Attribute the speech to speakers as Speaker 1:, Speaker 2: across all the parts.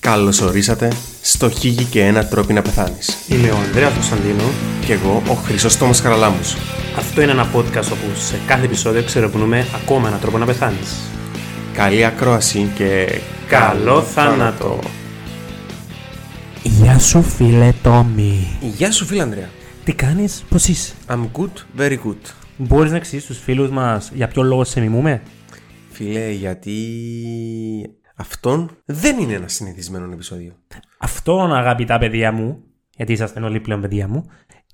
Speaker 1: Καλώς ορίσατε στο Χίγη και ένα τρόπο να πεθάνεις.
Speaker 2: Είμαι ο Ανδρέας Κωνσταντίνο.
Speaker 1: Κι εγώ ο Χρυσόστομος Χαραλάμπους.
Speaker 2: Αυτό είναι ένα podcast όπου σε κάθε επεισόδιο ξερευνούμε ακόμα έναν τρόπο να πεθάνεις.
Speaker 1: Καλή ακρόαση και...
Speaker 2: Καλό θάνατο!
Speaker 3: Γεια σου φίλε Τόμι.
Speaker 1: Γεια σου φίλε Ανδρέα.
Speaker 3: Τι κάνεις, πώς είσαι.
Speaker 1: I'm good, very good.
Speaker 3: Μπορείς να εξηγήσεις στους φίλους μας για ποιο λόγο σε μιμούμε.
Speaker 1: Φίλε, γιατί αυτόν δεν είναι ένας συνηθισμένο επεισόδιο.
Speaker 3: Αυτόν αγαπητά παιδιά μου, γιατί είσαστε όλοι πλέον παιδιά μου,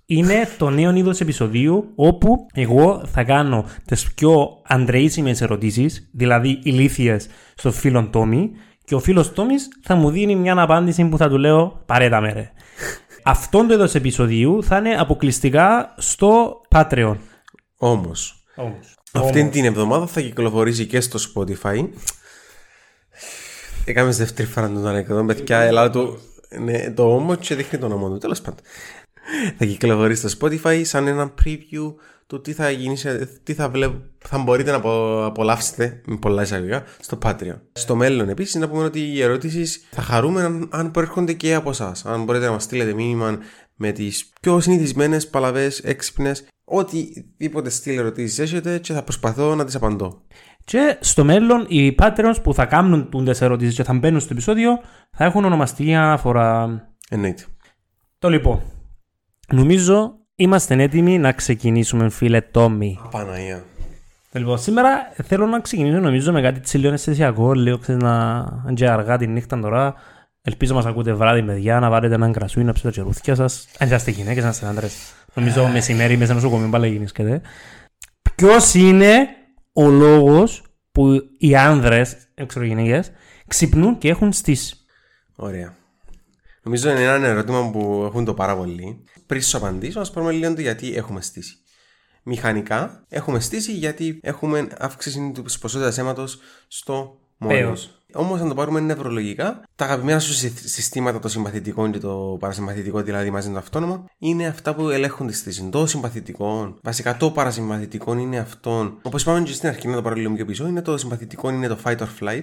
Speaker 3: είναι το νέο είδος επεισοδίου όπου εγώ θα κάνω τις πιο αντρείσιμες ερωτήσεις, δηλαδή ηλίθιες στο φίλον Τόμι και ο φίλος Τόμις θα μου δίνει μια απάντηση που θα του λέω παρέτα με ρε. Αυτόν το είδος επεισοδίου θα είναι αποκλειστικά στο Patreon.
Speaker 1: Όμως, αυτήν την εβδομάδα θα κυκλοφορήσει και στο Spotify. Έκαμε στη δεύτερη φορά τον ανεκδοτό, παιδιά, ελάτε το, ναι, το όμω και δείχνει το όνομα του, τέλος πάντων. θα κυκλοφορήσει στο Spotify σαν ένα preview του τι θα γίνει, σε- τι θα, βλέπ, θα μπορείτε να απο- απολαύσετε με πολλά εισαγωγικά στο Patreon. Στο μέλλον επίσης να πούμε ότι οι ερωτήσεις θα χαρούμε αν, αν προέρχονται και από εσάς. Αν μπορείτε να μας στείλετε μήνυμα με τις πιο συνηθισμένες παλαβές, έξυπνες, οτιδήποτε στυλ ερωτήσεις έχετε και θα προσπαθώ να τις απαντώ.
Speaker 3: Και στο μέλλον οι Patreons που θα κάνουν τούντες ερωτήσεις και θα μπαίνουν στο επεισόδιο θα έχουν ονομαστική αναφορά.
Speaker 1: Εννοείται.
Speaker 3: Το λοιπόν. Νομίζω είμαστε έτοιμοι να ξεκινήσουμε, φίλε Τόμι.
Speaker 1: Απαναία.
Speaker 3: Το Λοιπόν, σήμερα θέλω να ξεκινήσω νομίζω με κάτι τσιλιόν αισθησιακό. Λέω ξέρεις να. αν και αργά τη νύχτα τώρα. Ελπίζω να μας ακούτε βράδυ, παιδιά, να βάλετε έναν κρασούι, να ψήσετε τα τσερούθια σας. Αν είστε γυναίκε, αν είστε άντρες. Νομίζω μεσημέρι μέσα νοσοκομείο, μπαλά γίνει και Ποιος είναι ο λόγος που οι άνδρες, δεν ξέρω γυναίκε, ξυπνούν και έχουν στήσει.
Speaker 1: Ωραία. Νομίζω είναι ένα ερώτημα που έχουν το πάρα πολλοί. Πριν σου απαντήσω, ας πούμε λίγο το γιατί έχουμε στήσει. Μηχανικά έχουμε στήσει γιατί έχουμε αύξηση της ποσότητας αίματος στο μόνος.
Speaker 3: Πέος.
Speaker 1: Όμως, αν το πάρουμε νευρολογικά, τα αγαπημένα σου συ- συστήματα, το συμπαθητικό και το παρασυμπαθητικό, δηλαδή μαζί με το αυτόνομα, είναι αυτά που ελέγχουν τη στήση. Το συμπαθητικό, βασικά το παρασυμπαθητικό είναι αυτόν. Όπως είπαμε και στην αρχή, να το πάρω λίγο πιο πίσω, είναι το συμπαθητικό, είναι το fight or flight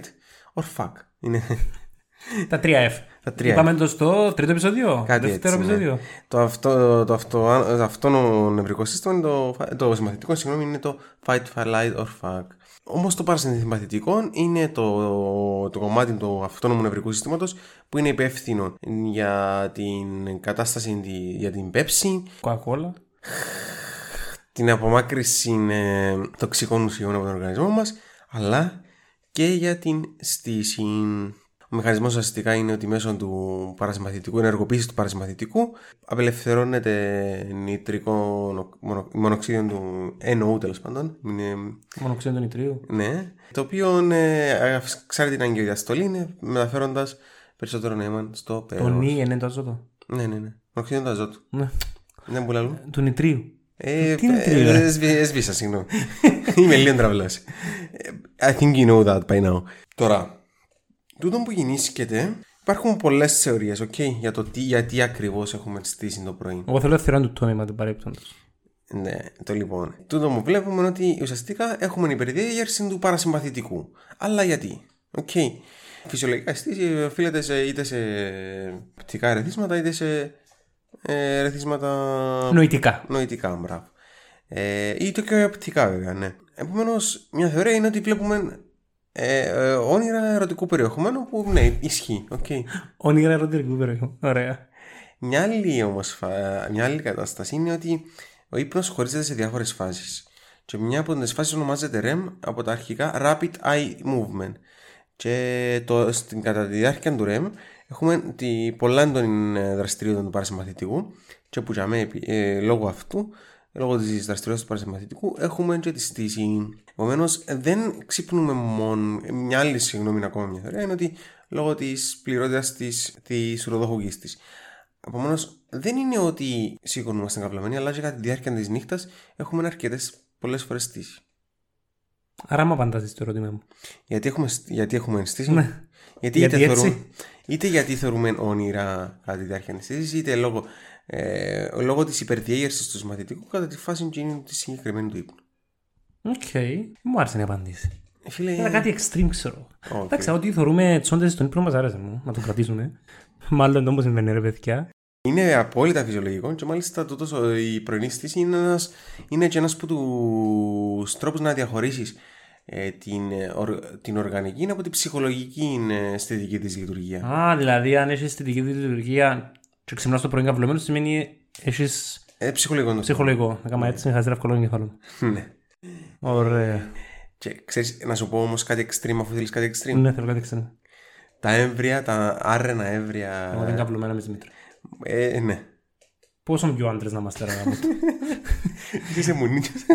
Speaker 1: or fuck. Είναι
Speaker 3: Τα τρία F.
Speaker 1: Τα τρία F.
Speaker 3: Είπαμε το στο τρίτο επεισόδιο.
Speaker 1: Κάτι
Speaker 3: δεύτερο
Speaker 1: έτσι, ναι.
Speaker 3: επεισόδιο.
Speaker 1: Το, αυτό, το, αυτό, αυτόνομο νευρικό σύστημα είναι το, το συμπαθητικό, συγγνώμη, είναι το fight, flight or fuck. Όμως το παρασυμπαθητικό είναι το, το κομμάτι του αυτόνομου νευρικού συστήματος που είναι υπεύθυνο για την κατάσταση, τη- για την πέψη,
Speaker 3: Coca-Cola.
Speaker 1: την απομάκρυση ε, τοξικών ουσιών από τον οργανισμό μας, αλλά και για την στήση. Ο μηχανισμός ουσιαστικά είναι ότι μέσω του παρασυμπαθητικού, ενεργοποίησης του παρασυμπαθητικού, απελευθερώνεται νητρικό μονο- μονο- μονοξίδιο του NO τέλος πάντων. Είναι-
Speaker 3: Μονοξίδιο του νητρίου.
Speaker 1: ναι. Το οποίο ε, αυξάνει την αγκαιοδιαστολή μεταφέροντας περισσότερο νόημα στο
Speaker 3: Το
Speaker 1: πέρα.
Speaker 3: νι είναι το αζότο.
Speaker 1: Ναι, ναι, ναι. Μονοξίδιο του αζότου.
Speaker 3: Ναι.
Speaker 1: Δεν που λαλούν.
Speaker 3: Του νητρίου.
Speaker 1: Ε,
Speaker 3: Τι είναι
Speaker 1: ε,
Speaker 3: τρία?
Speaker 1: ε, σβή- ε, Σβήσα, συγγνώμη. Είμαι λίγο τραυλό. I think you know that by now. Τώρα, τούτο που γεννήσκεται, υπάρχουν πολλές θεωρίες okay, για το τι, γιατί ακριβώς έχουμε στήσει το πρωί.
Speaker 3: Εγώ θέλω θεωρία του Τόμι, μα την παρέπτοντο.
Speaker 1: Ναι, το λοιπόν. Τούτο μου βλέπουμε ότι ουσιαστικά έχουμε υπερδιέγερση του παρασυμπαθητικού. Αλλά γιατί. Οκ. Φυσιολογικά αισθήση οφείλεται σε, είτε σε πτικά ρεθίσματα είτε σε ε, ρεθίσματα
Speaker 3: Νοητικά.
Speaker 1: Νοητικά, μπράβο. Ε, ή το και οπτικά, βέβαια, ναι. Επομένως, μια θεωρία είναι ότι βλέπουμε ε, ε, όνειρα ερωτικού περιεχομένου που ναι, ισχύει. Okay.
Speaker 3: Όνειρα ερωτικού περιοχή. Ωραία.
Speaker 1: Μια άλλη όμως, φα- μια άλλη κατάσταση είναι ότι ο ύπνος χωρίζεται σε διάφορες φάσεις και μια από τις φάσεις ονομάζεται REM από τα αρχικά Rapid Eye Movement και το, στην, κατά τη διάρκεια του REM έχουμε τη, πολλά των ε, δραστηριοτήτων του παρασυμπαθητικού και που για μέ, επί- ε, λόγω αυτού λόγω της δραστηριότητας του παρασυμπαθητικού έχουμε και τη στήση. Επομένως, δεν ξυπνούμε μόνο. Μια άλλη συγγνώμη, ακόμα μια θεωρία είναι ότι λόγω της πληρότητας της ουροδοχογή της. Επομένως, δεν είναι ότι σηκωνούμαστε καπλωμένοι, αλλά και κατά τη διάρκεια της νύχτας έχουμε αρκετές πολλές φορές στήσει.
Speaker 3: Άρα μου απαντάζει το ερώτημά μου.
Speaker 1: Γιατί έχουμε, σ- γιατί έχουμε στήσει.
Speaker 3: Ναι.
Speaker 1: Γιατί,
Speaker 3: Γιατί
Speaker 1: είτε,
Speaker 3: έτσι.
Speaker 1: θεωρούμε, είτε γιατί θεωρούμε όνειρα κατά τη διάρκεια της στήσης, είτε λόγω, ε, λόγω της υπερδιέγερσης του σωματικού κατά τη φάση εκείνη της συγκεκριμένη του ύπνου. Ε,
Speaker 3: Οκ. Μου άρεσε να απαντήσει.
Speaker 1: Φίλε,
Speaker 3: Ήταν κάτι extreme, ξέρω.
Speaker 1: Οκ.
Speaker 3: Εντάξει, ό,τι θεωρούμε τσόντες στον ύπνο μας άρεσε μου, να το κρατήσουμε. Μάλλον όμως συμβαίνει, ρε παιδιά.
Speaker 1: Είναι απόλυτα φυσιολογικό και μάλιστα τούτος, ο- η πρωινή στήση είναι, ένας, είναι και ένας από τους τρόπους να διαχωρίσεις ε, την, ε, ορ- την οργανική από την ψυχολογική ε, αισθητική της λειτουργία.
Speaker 3: Α, δηλαδή αν έχεις τη δική της λειτουργία και ξυπνάς το πρωί καυλωμένο, σημαίνει έχεις
Speaker 1: Ε, ψυχολογικό είναι το
Speaker 3: ψυχολογικό. Να κάνω έτσι, χαζέρα ευκολών εγκεφάλων.
Speaker 1: θέμα. Ναι.
Speaker 3: Ωραία.
Speaker 1: Και ξέρεις, να σου πω όμως κάτι extreme αφού θέλεις κάτι extreme.
Speaker 3: Ναι, θέλω κάτι ξένο.
Speaker 1: Τα έμβρια, τα άρρενα έμβρια.
Speaker 3: Εγώ δεν καυλωμένα με τη μήτρα.
Speaker 1: Ε, ναι.
Speaker 3: Πόσο πιο άντρες να είμαστε ρε γάμο.
Speaker 1: Είσαι μου νίκης.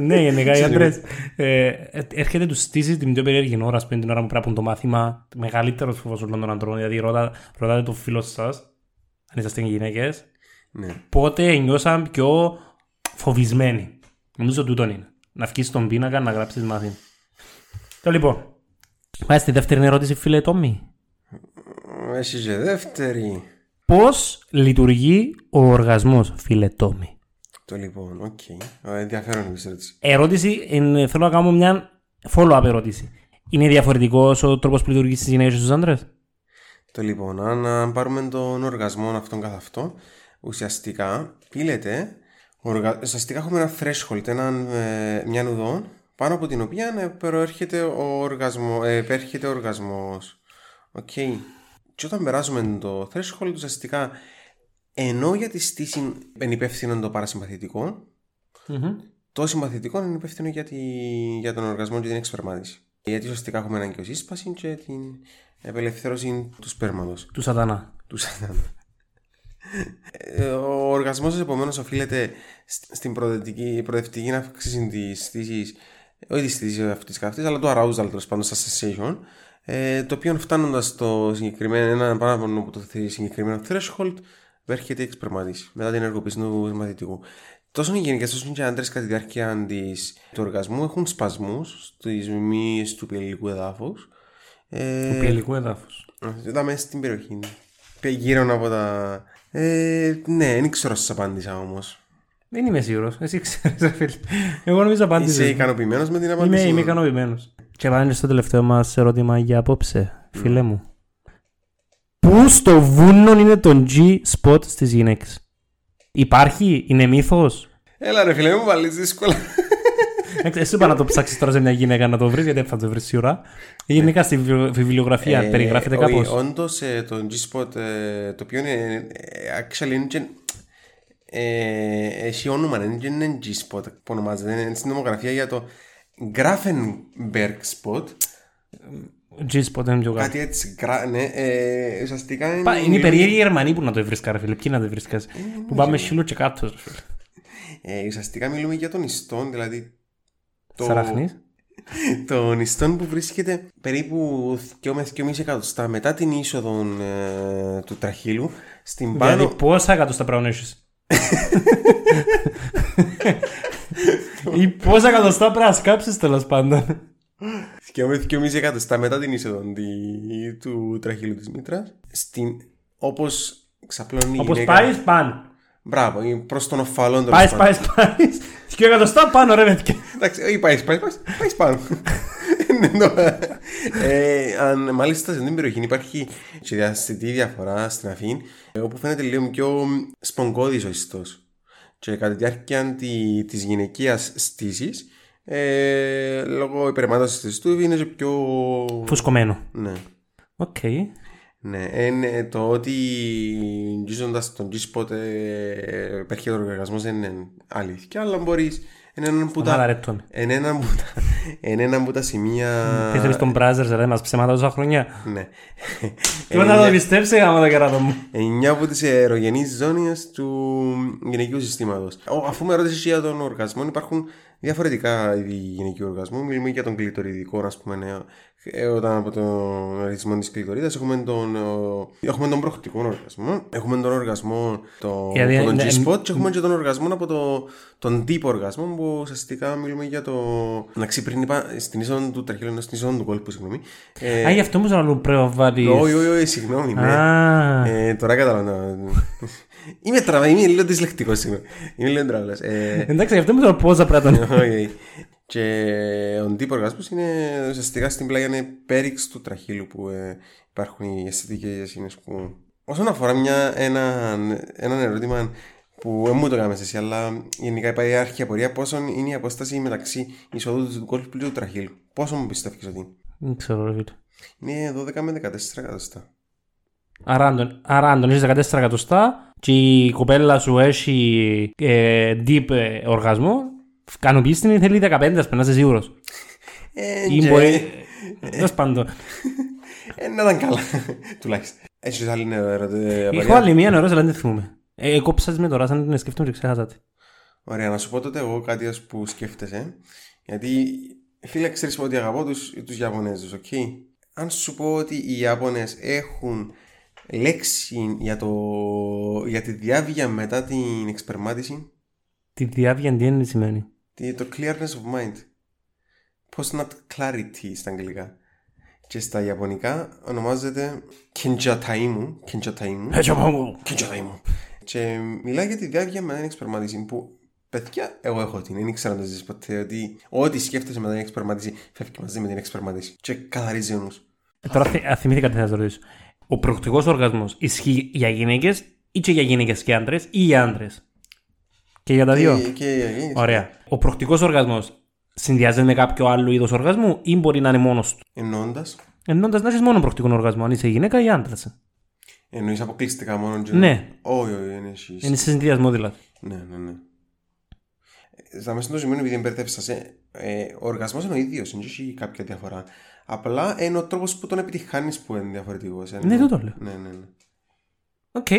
Speaker 3: Ναι, γενικά οι άντρε. Έρχεται τους στήσει την πιο περίεργη ώρα, ας πούμε, την ώρα που πρέπει να το μάθημα. Μεγαλύτερος φόβος όλων των αντρών. Δηλαδή, ρώτα- ρωτάτε το φίλος σας, αν είσαστε γυναίκες,
Speaker 1: ναι.
Speaker 3: πότε νιώσαν πιο φοβισμένοι. Νομίζω τούτον είναι. Να βγεις στον πίνακα να γράψεις μάθημα. Το λοιπόν. Πάει στη δεύτερη ερώτηση, φίλε Τόμι.
Speaker 1: Έχεις και δεύτερη.
Speaker 3: Πώς λειτουργεί ο οργασμός, φίλε Τόμι.
Speaker 1: Το λοιπόν, οκ. Ε, Ενδιαφέρον είναι η ερώτηση.
Speaker 3: Ερώτηση, εν, θέλω να κάνω μια follow-up ερώτηση. Είναι διαφορετικό ο τρόπος που λειτουργείς στι γυναίκε στους άντρες.
Speaker 1: Το λοιπόν, αν αν πάρουμε τον οργασμό αυτόν καθ' αυτό, ουσιαστικά πήλεται, οργα... ουσιαστικά έχουμε ένα threshold, έναν, ε, μια νουδό, πάνω από την οποία ε, προέρχεται ο οργασμό, ε, επέρχεται ο οργασμός. Οκ. Και όταν περάσουμε το threshold, ουσιαστικά ενώ για τη στήση είναι υπεύθυνο το παρασυμπαθητικό, το συμπαθητικό είναι υπεύθυνο για, τη, για τον οργασμό και την εξπερμάτιση. Γιατί ουσιαστικά έχουμε αναγκαιοσύσπαση και την απελευθέρωση του σπέρματος
Speaker 3: Του σατανά.
Speaker 1: του σατανά. Ε, Ο οργασμός επομένως οφείλεται σ- στην προοδευτική, προοδευτική αύξηση της θύσης, όχι της θύσης αυτής καθής, αλλά του arousal τέλος πάντων, sensation, ε, το οποίο φτάνοντας στο συγκεκριμένο, ένα παράπονο από το θυ- συγκεκριμένο threshold, βέρχεται η εξπερμάτιση μετά την ενεργοποίηση του μαθητικού. Τόσο οι γυναίκες όσο και οι άντρες κατά τη διάρκεια της- του οργασμού έχουν σπασμούς στις μύε του Ε, πελικού εδάφου.
Speaker 3: Του πιελικού εδάφου.
Speaker 1: Είδαμε στην περιοχή. Πε- Γύρω από τα. Ε, ναι, δεν ξέρω σας απάντησα όμως.
Speaker 3: Δεν είμαι σίγουρος. Εσύ ξέρεις, φίλε. Εγώ νομίζω απάντησες.
Speaker 1: Είσαι ικανοποιημένος με την
Speaker 3: Είμαι,
Speaker 1: απάντηση.
Speaker 3: είμαι ικανοποιημένος. Και πάμε στο τελευταίο μας ερώτημα για απόψε, φίλε μου. Πού στο βούνο είναι το G-spot στις γυναίκες, Υπάρχει, είναι μύθος.
Speaker 1: Έλα ρε φίλε, μου βάλεις δύσκολα.
Speaker 3: Ε, Εσύ είπα να το ψάξεις τώρα σε μια γυναίκα να το βρεις, γιατί δεν θα το βρεις σίγουρα. Γενικά στη βιβλιο- βιβλιογραφία
Speaker 1: Ε,
Speaker 3: περιγράφεται κάπως.
Speaker 1: Όντως το G-Spot ε, το οποίο είναι. ε, Actually είναι. και- ε, Έχει όνομα, δεν είναι G-Spot που ονομάζεται. Είναι στην νομογραφία για το Grafenberg Spot.
Speaker 3: G-spot είναι πιο κάτω.
Speaker 1: Κάτι έτσι. γρα- Ναι, ε, ουσιαστικά
Speaker 3: Πα-
Speaker 1: είναι.
Speaker 3: Είναι οι περίεργοι Γερμανοί που να το βρίσκα, ρε φίλε. Ποιοι να το βρίσκα. Που πάμε χιλό και κάτω, ρε φίλε.
Speaker 1: Ε, ουσιαστικά μιλούμε για τον ιστόν, δηλαδή. το-
Speaker 3: Σαραχνής.
Speaker 1: των ιστών που βρίσκεται περίπου 2 με 2,5 εκατοστά μετά την είσοδο ε, του τραχύλου στην πάνω.
Speaker 3: Δηλαδή πόσα εκατοστά πρέπει να έχεις. Ή πόσα εκατοστά πρέπει να σκάψεις τέλος πάντων.
Speaker 1: 2 με 2,5 εκατοστά μετά την είσοδο τη- του τραχύλου της μήτρας στην, όπως ξαπλώνει η
Speaker 3: Όπως
Speaker 1: γυναίκα.
Speaker 3: πάεις, παν.
Speaker 1: Μπράβο, προς τον οφαλόν
Speaker 3: Πάει, πάεις, πάεις. Και εκατοστά πάνω, ρε παιδιά.
Speaker 1: Εντάξει, ε, όχι πάει, πάει, πάει, πάει πάνω. Ναι, το- ε, αν, μάλιστα σε αυτήν την περιοχή υπάρχει και διαστητή διαφορά στην Αφήν ε, όπου φαίνεται λίγο πιο σπονγκώδης ο ιστός και κατά τη διάρκεια τη, της γυναικείας στήσης ε, λόγω υπερμάτωσης του ιστού είναι και πιο...
Speaker 3: Φουσκωμένο.
Speaker 1: Ναι.
Speaker 3: Οκ.
Speaker 1: Ναι, εν, το ότι γίζοντας τον G-spot ε, υπάρχει ο οργασμός δεν είναι αλήθεια, αλλά μπορείς εν έναν που τα-
Speaker 3: Μάλα ρε Τόμι.
Speaker 1: Εν έναν που τα, εν έναν που τα σημεία.
Speaker 3: Τι θέλεις τον Μπράζερς, ρε, μας ψέματα τόσα χρόνια.
Speaker 1: Ναι.
Speaker 3: Εγώ να το πιστέψει γάμα τα κεράτο μου.
Speaker 1: Εννιά από τις αερογενεί ζώνες του γυναικείου συστήματος. Αφού με ρώτησες για τον οργασμό, υπάρχουν διαφορετικά είδη γυναικείου οργασμού. Μιλούμε για τον κλειτοριδικό, ας πούμε. ναι. Ε, όταν από τον ορισμό τη κλειτορίδα έχουμε τον, ο, έχουμε τον προχτικό οργασμό, έχουμε τον οργασμό το,
Speaker 3: Γιατί
Speaker 1: από τον
Speaker 3: είναι-
Speaker 1: G-spot και έχουμε και τον οργασμό από το, τον τύπο οργασμό που ουσιαστικά μιλούμε για το να ξυπρίνει πα- στην είσοδο του τραχύλου, ενώ στην είσοδο του κόλπου, συγγνώμη. Ε,
Speaker 3: Α, γι' αυτό μου ζαλούν πρέπει να βάλεις.
Speaker 1: όχι, όχι, όχι, συγγνώμη. ναι.
Speaker 3: Α,
Speaker 1: Ε, τώρα καταλαβαίνω. είμαι τραβά, είμαι λίγο δυσλεκτικός σήμερα. Είμαι λίγο τραβά.
Speaker 3: Ε, εντάξει, γι' αυτό μου ζαλούν πόσα πρέπει να
Speaker 1: Όχι. Και ο τύπο εργασμό είναι ουσιαστικά στην πλάγια είναι πέριξ του τραχύλου που ε, υπάρχουν οι αισθητικές εκείνες που. Όσον αφορά μια, ένα, έναν ερώτημα που δεν μου το κάνεις εσύ, αλλά γενικά υπάρχει απορία πόσο είναι η απόσταση μεταξύ εισοδού του κόλπου και του τραχύλου. Πόσο μου πιστεύεις ότι είναι.
Speaker 3: Δεν ξέρω, ρε φίλε.
Speaker 1: Είναι 12 με 14 εκατοστά.
Speaker 3: Άρα, αν τον- άρα αν τον έχεις 14 εκατοστά και η κοπέλα σου έχει ε, deep ε, οργασμό, κανοποιείς την θέλει 15, ας πένας είσαι σίγουρος.
Speaker 1: Ε,
Speaker 3: Ή
Speaker 1: και-
Speaker 3: μπορεί... Τέλος πάντων.
Speaker 1: ε, να ήταν καλά, τουλάχιστον. ναι, Έχεις άλλη ερώτηση.
Speaker 3: Έχω άλλη μία νερό, αλλά δεν θυμούμαι. Ε, κόψα με τώρα, σαν την σκέφτομαι και ξέχασα τη.
Speaker 1: Ωραία, να σου πω τότε εγώ κάτι ας που σκέφτεσαι. Γιατί φίλε, ξέρεις ότι αγαπώ τους τους Ιαπωνέζους, οκ. Αν σου πω ότι οι Ιάπωνες έχουν λέξη για, το, για τη διάβια μετά την εξπερμάτιση,
Speaker 3: Τη διάβια τι σημαίνει.
Speaker 1: τι- το clearness of mind. Post not clarity στα αγγλικά. Και στα Ιαπωνικά ονομάζεται Kenjataimu. Kenjataimu.
Speaker 3: Έτσι, Ε, από μου.
Speaker 1: Και τζάι μου. Και μιλάει για τη διάβια μετά την εξπερμάτιση που παιδιά, εγώ έχω την. Δεν ήξερα να το ζήσει ποτέ ότι ό,τι σκέφτεσαι μετά την εξπερμάτιση φεύγει μαζί με την εξπερμάτιση. Και καθαρίζει ο νους.
Speaker 3: Ε, Τώρα θυ- α, θυμήθηκα τι θα σας ρωτήσω. Ο προκτικός οργασμός ισχύει για γυναίκες ή και για γυναίκες και άντρες ή για άντρες. Και για τα δύο.
Speaker 1: Και, και,
Speaker 3: Ωραία. Ο προκτικός οργασμός συνδυάζεται με κάποιο άλλο είδος οργασμού ή μπορεί να είναι μόνος του.
Speaker 1: Ενώντα,
Speaker 3: Ενώντα να έχεις μόνο προκτικό οργασμό, αν είσαι γυναίκα ή άντρας.
Speaker 1: εννοείς αποκλειστικά μόνο τζι.
Speaker 3: Ναι.
Speaker 1: Όχι, όχι, δεν έχει.
Speaker 3: Είναι σε συνδυασμό δηλαδή.
Speaker 1: Ναι, ναι, ναι. Ε, Στα μέσα στο σημείο, επειδή δεν μπερδεύσα, ε, ε, ο οργασμός είναι ο ίδιος, δεν έχει κάποια διαφορά. Απλά είναι ο τρόπος που τον επιτυχάνεις που είναι διαφορετικός.
Speaker 3: Ναι, τούτο λέω.
Speaker 1: Ναι, ναι, ναι.
Speaker 3: Οκ. Ε,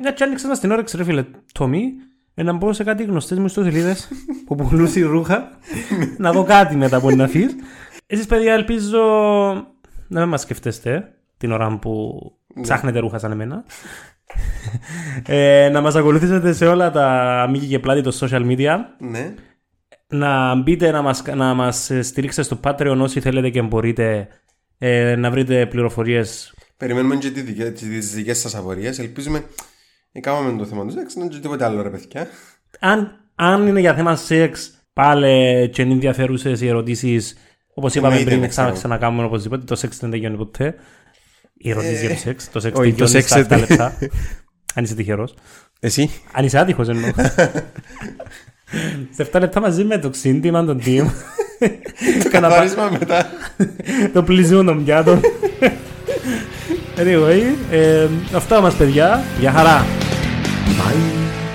Speaker 3: μια και άνοιξε μας την όρεξη, ρε φίλε Τόμι, ε, να μπω σε κάτι γνωστές μου ιστοσελίδες που πουλούν τη ρούχα, να δω κάτι μετά από την αφή. Εσείς, παιδιά, ελπίζω να μην μας σκεφτέστε την ώρα που ψάχνετε ρούχα σαν εμένα. ε, να μας ακολουθήσετε σε όλα τα μήκη και πλάτη των social media
Speaker 1: Ναι.
Speaker 3: να μπείτε να μας, να μας ε, στηρίξετε στο Patreon όσοι θέλετε και μπορείτε ε, να βρείτε πληροφορίες
Speaker 1: Περιμένουμε και τις δικές σας απορίες. Ελπίζουμε. ε, Κάμαμε το θέμα του σεξ, να είναι και τίποτε άλλο ρε παιδιά.
Speaker 3: αν, αν είναι για θέμα σεξ, πάλι και είναι ενδιαφέρουσες οι ερωτήσεις. Όπως είπαμε
Speaker 1: Εννοείται,
Speaker 3: πριν,
Speaker 1: δεν
Speaker 3: ξανα,
Speaker 1: ξέρω.
Speaker 3: ξανακάμουμε οπωσδήποτε. Το σεξ δεν τελειώνει ποτέ. Οι ερωτήσεις για το σεξ. Το σεξ
Speaker 1: Ε, όχι, το
Speaker 3: τελειώνει
Speaker 1: σεξ
Speaker 3: στα 7
Speaker 1: δεν-
Speaker 3: λεπτά. αν είσαι τυχερός.
Speaker 1: Εσύ.
Speaker 3: Αν είσαι άτυχος, εννοώ. Σε 7 λεπτά μαζί με το ξύντημα, τον team. το καναπά,
Speaker 1: Καθαρίσμα μετά.
Speaker 3: το πλυζούν των πιάτων. Anyway, ε, αυτά μας παιδιά. Γεια χαρά.
Speaker 1: Bye.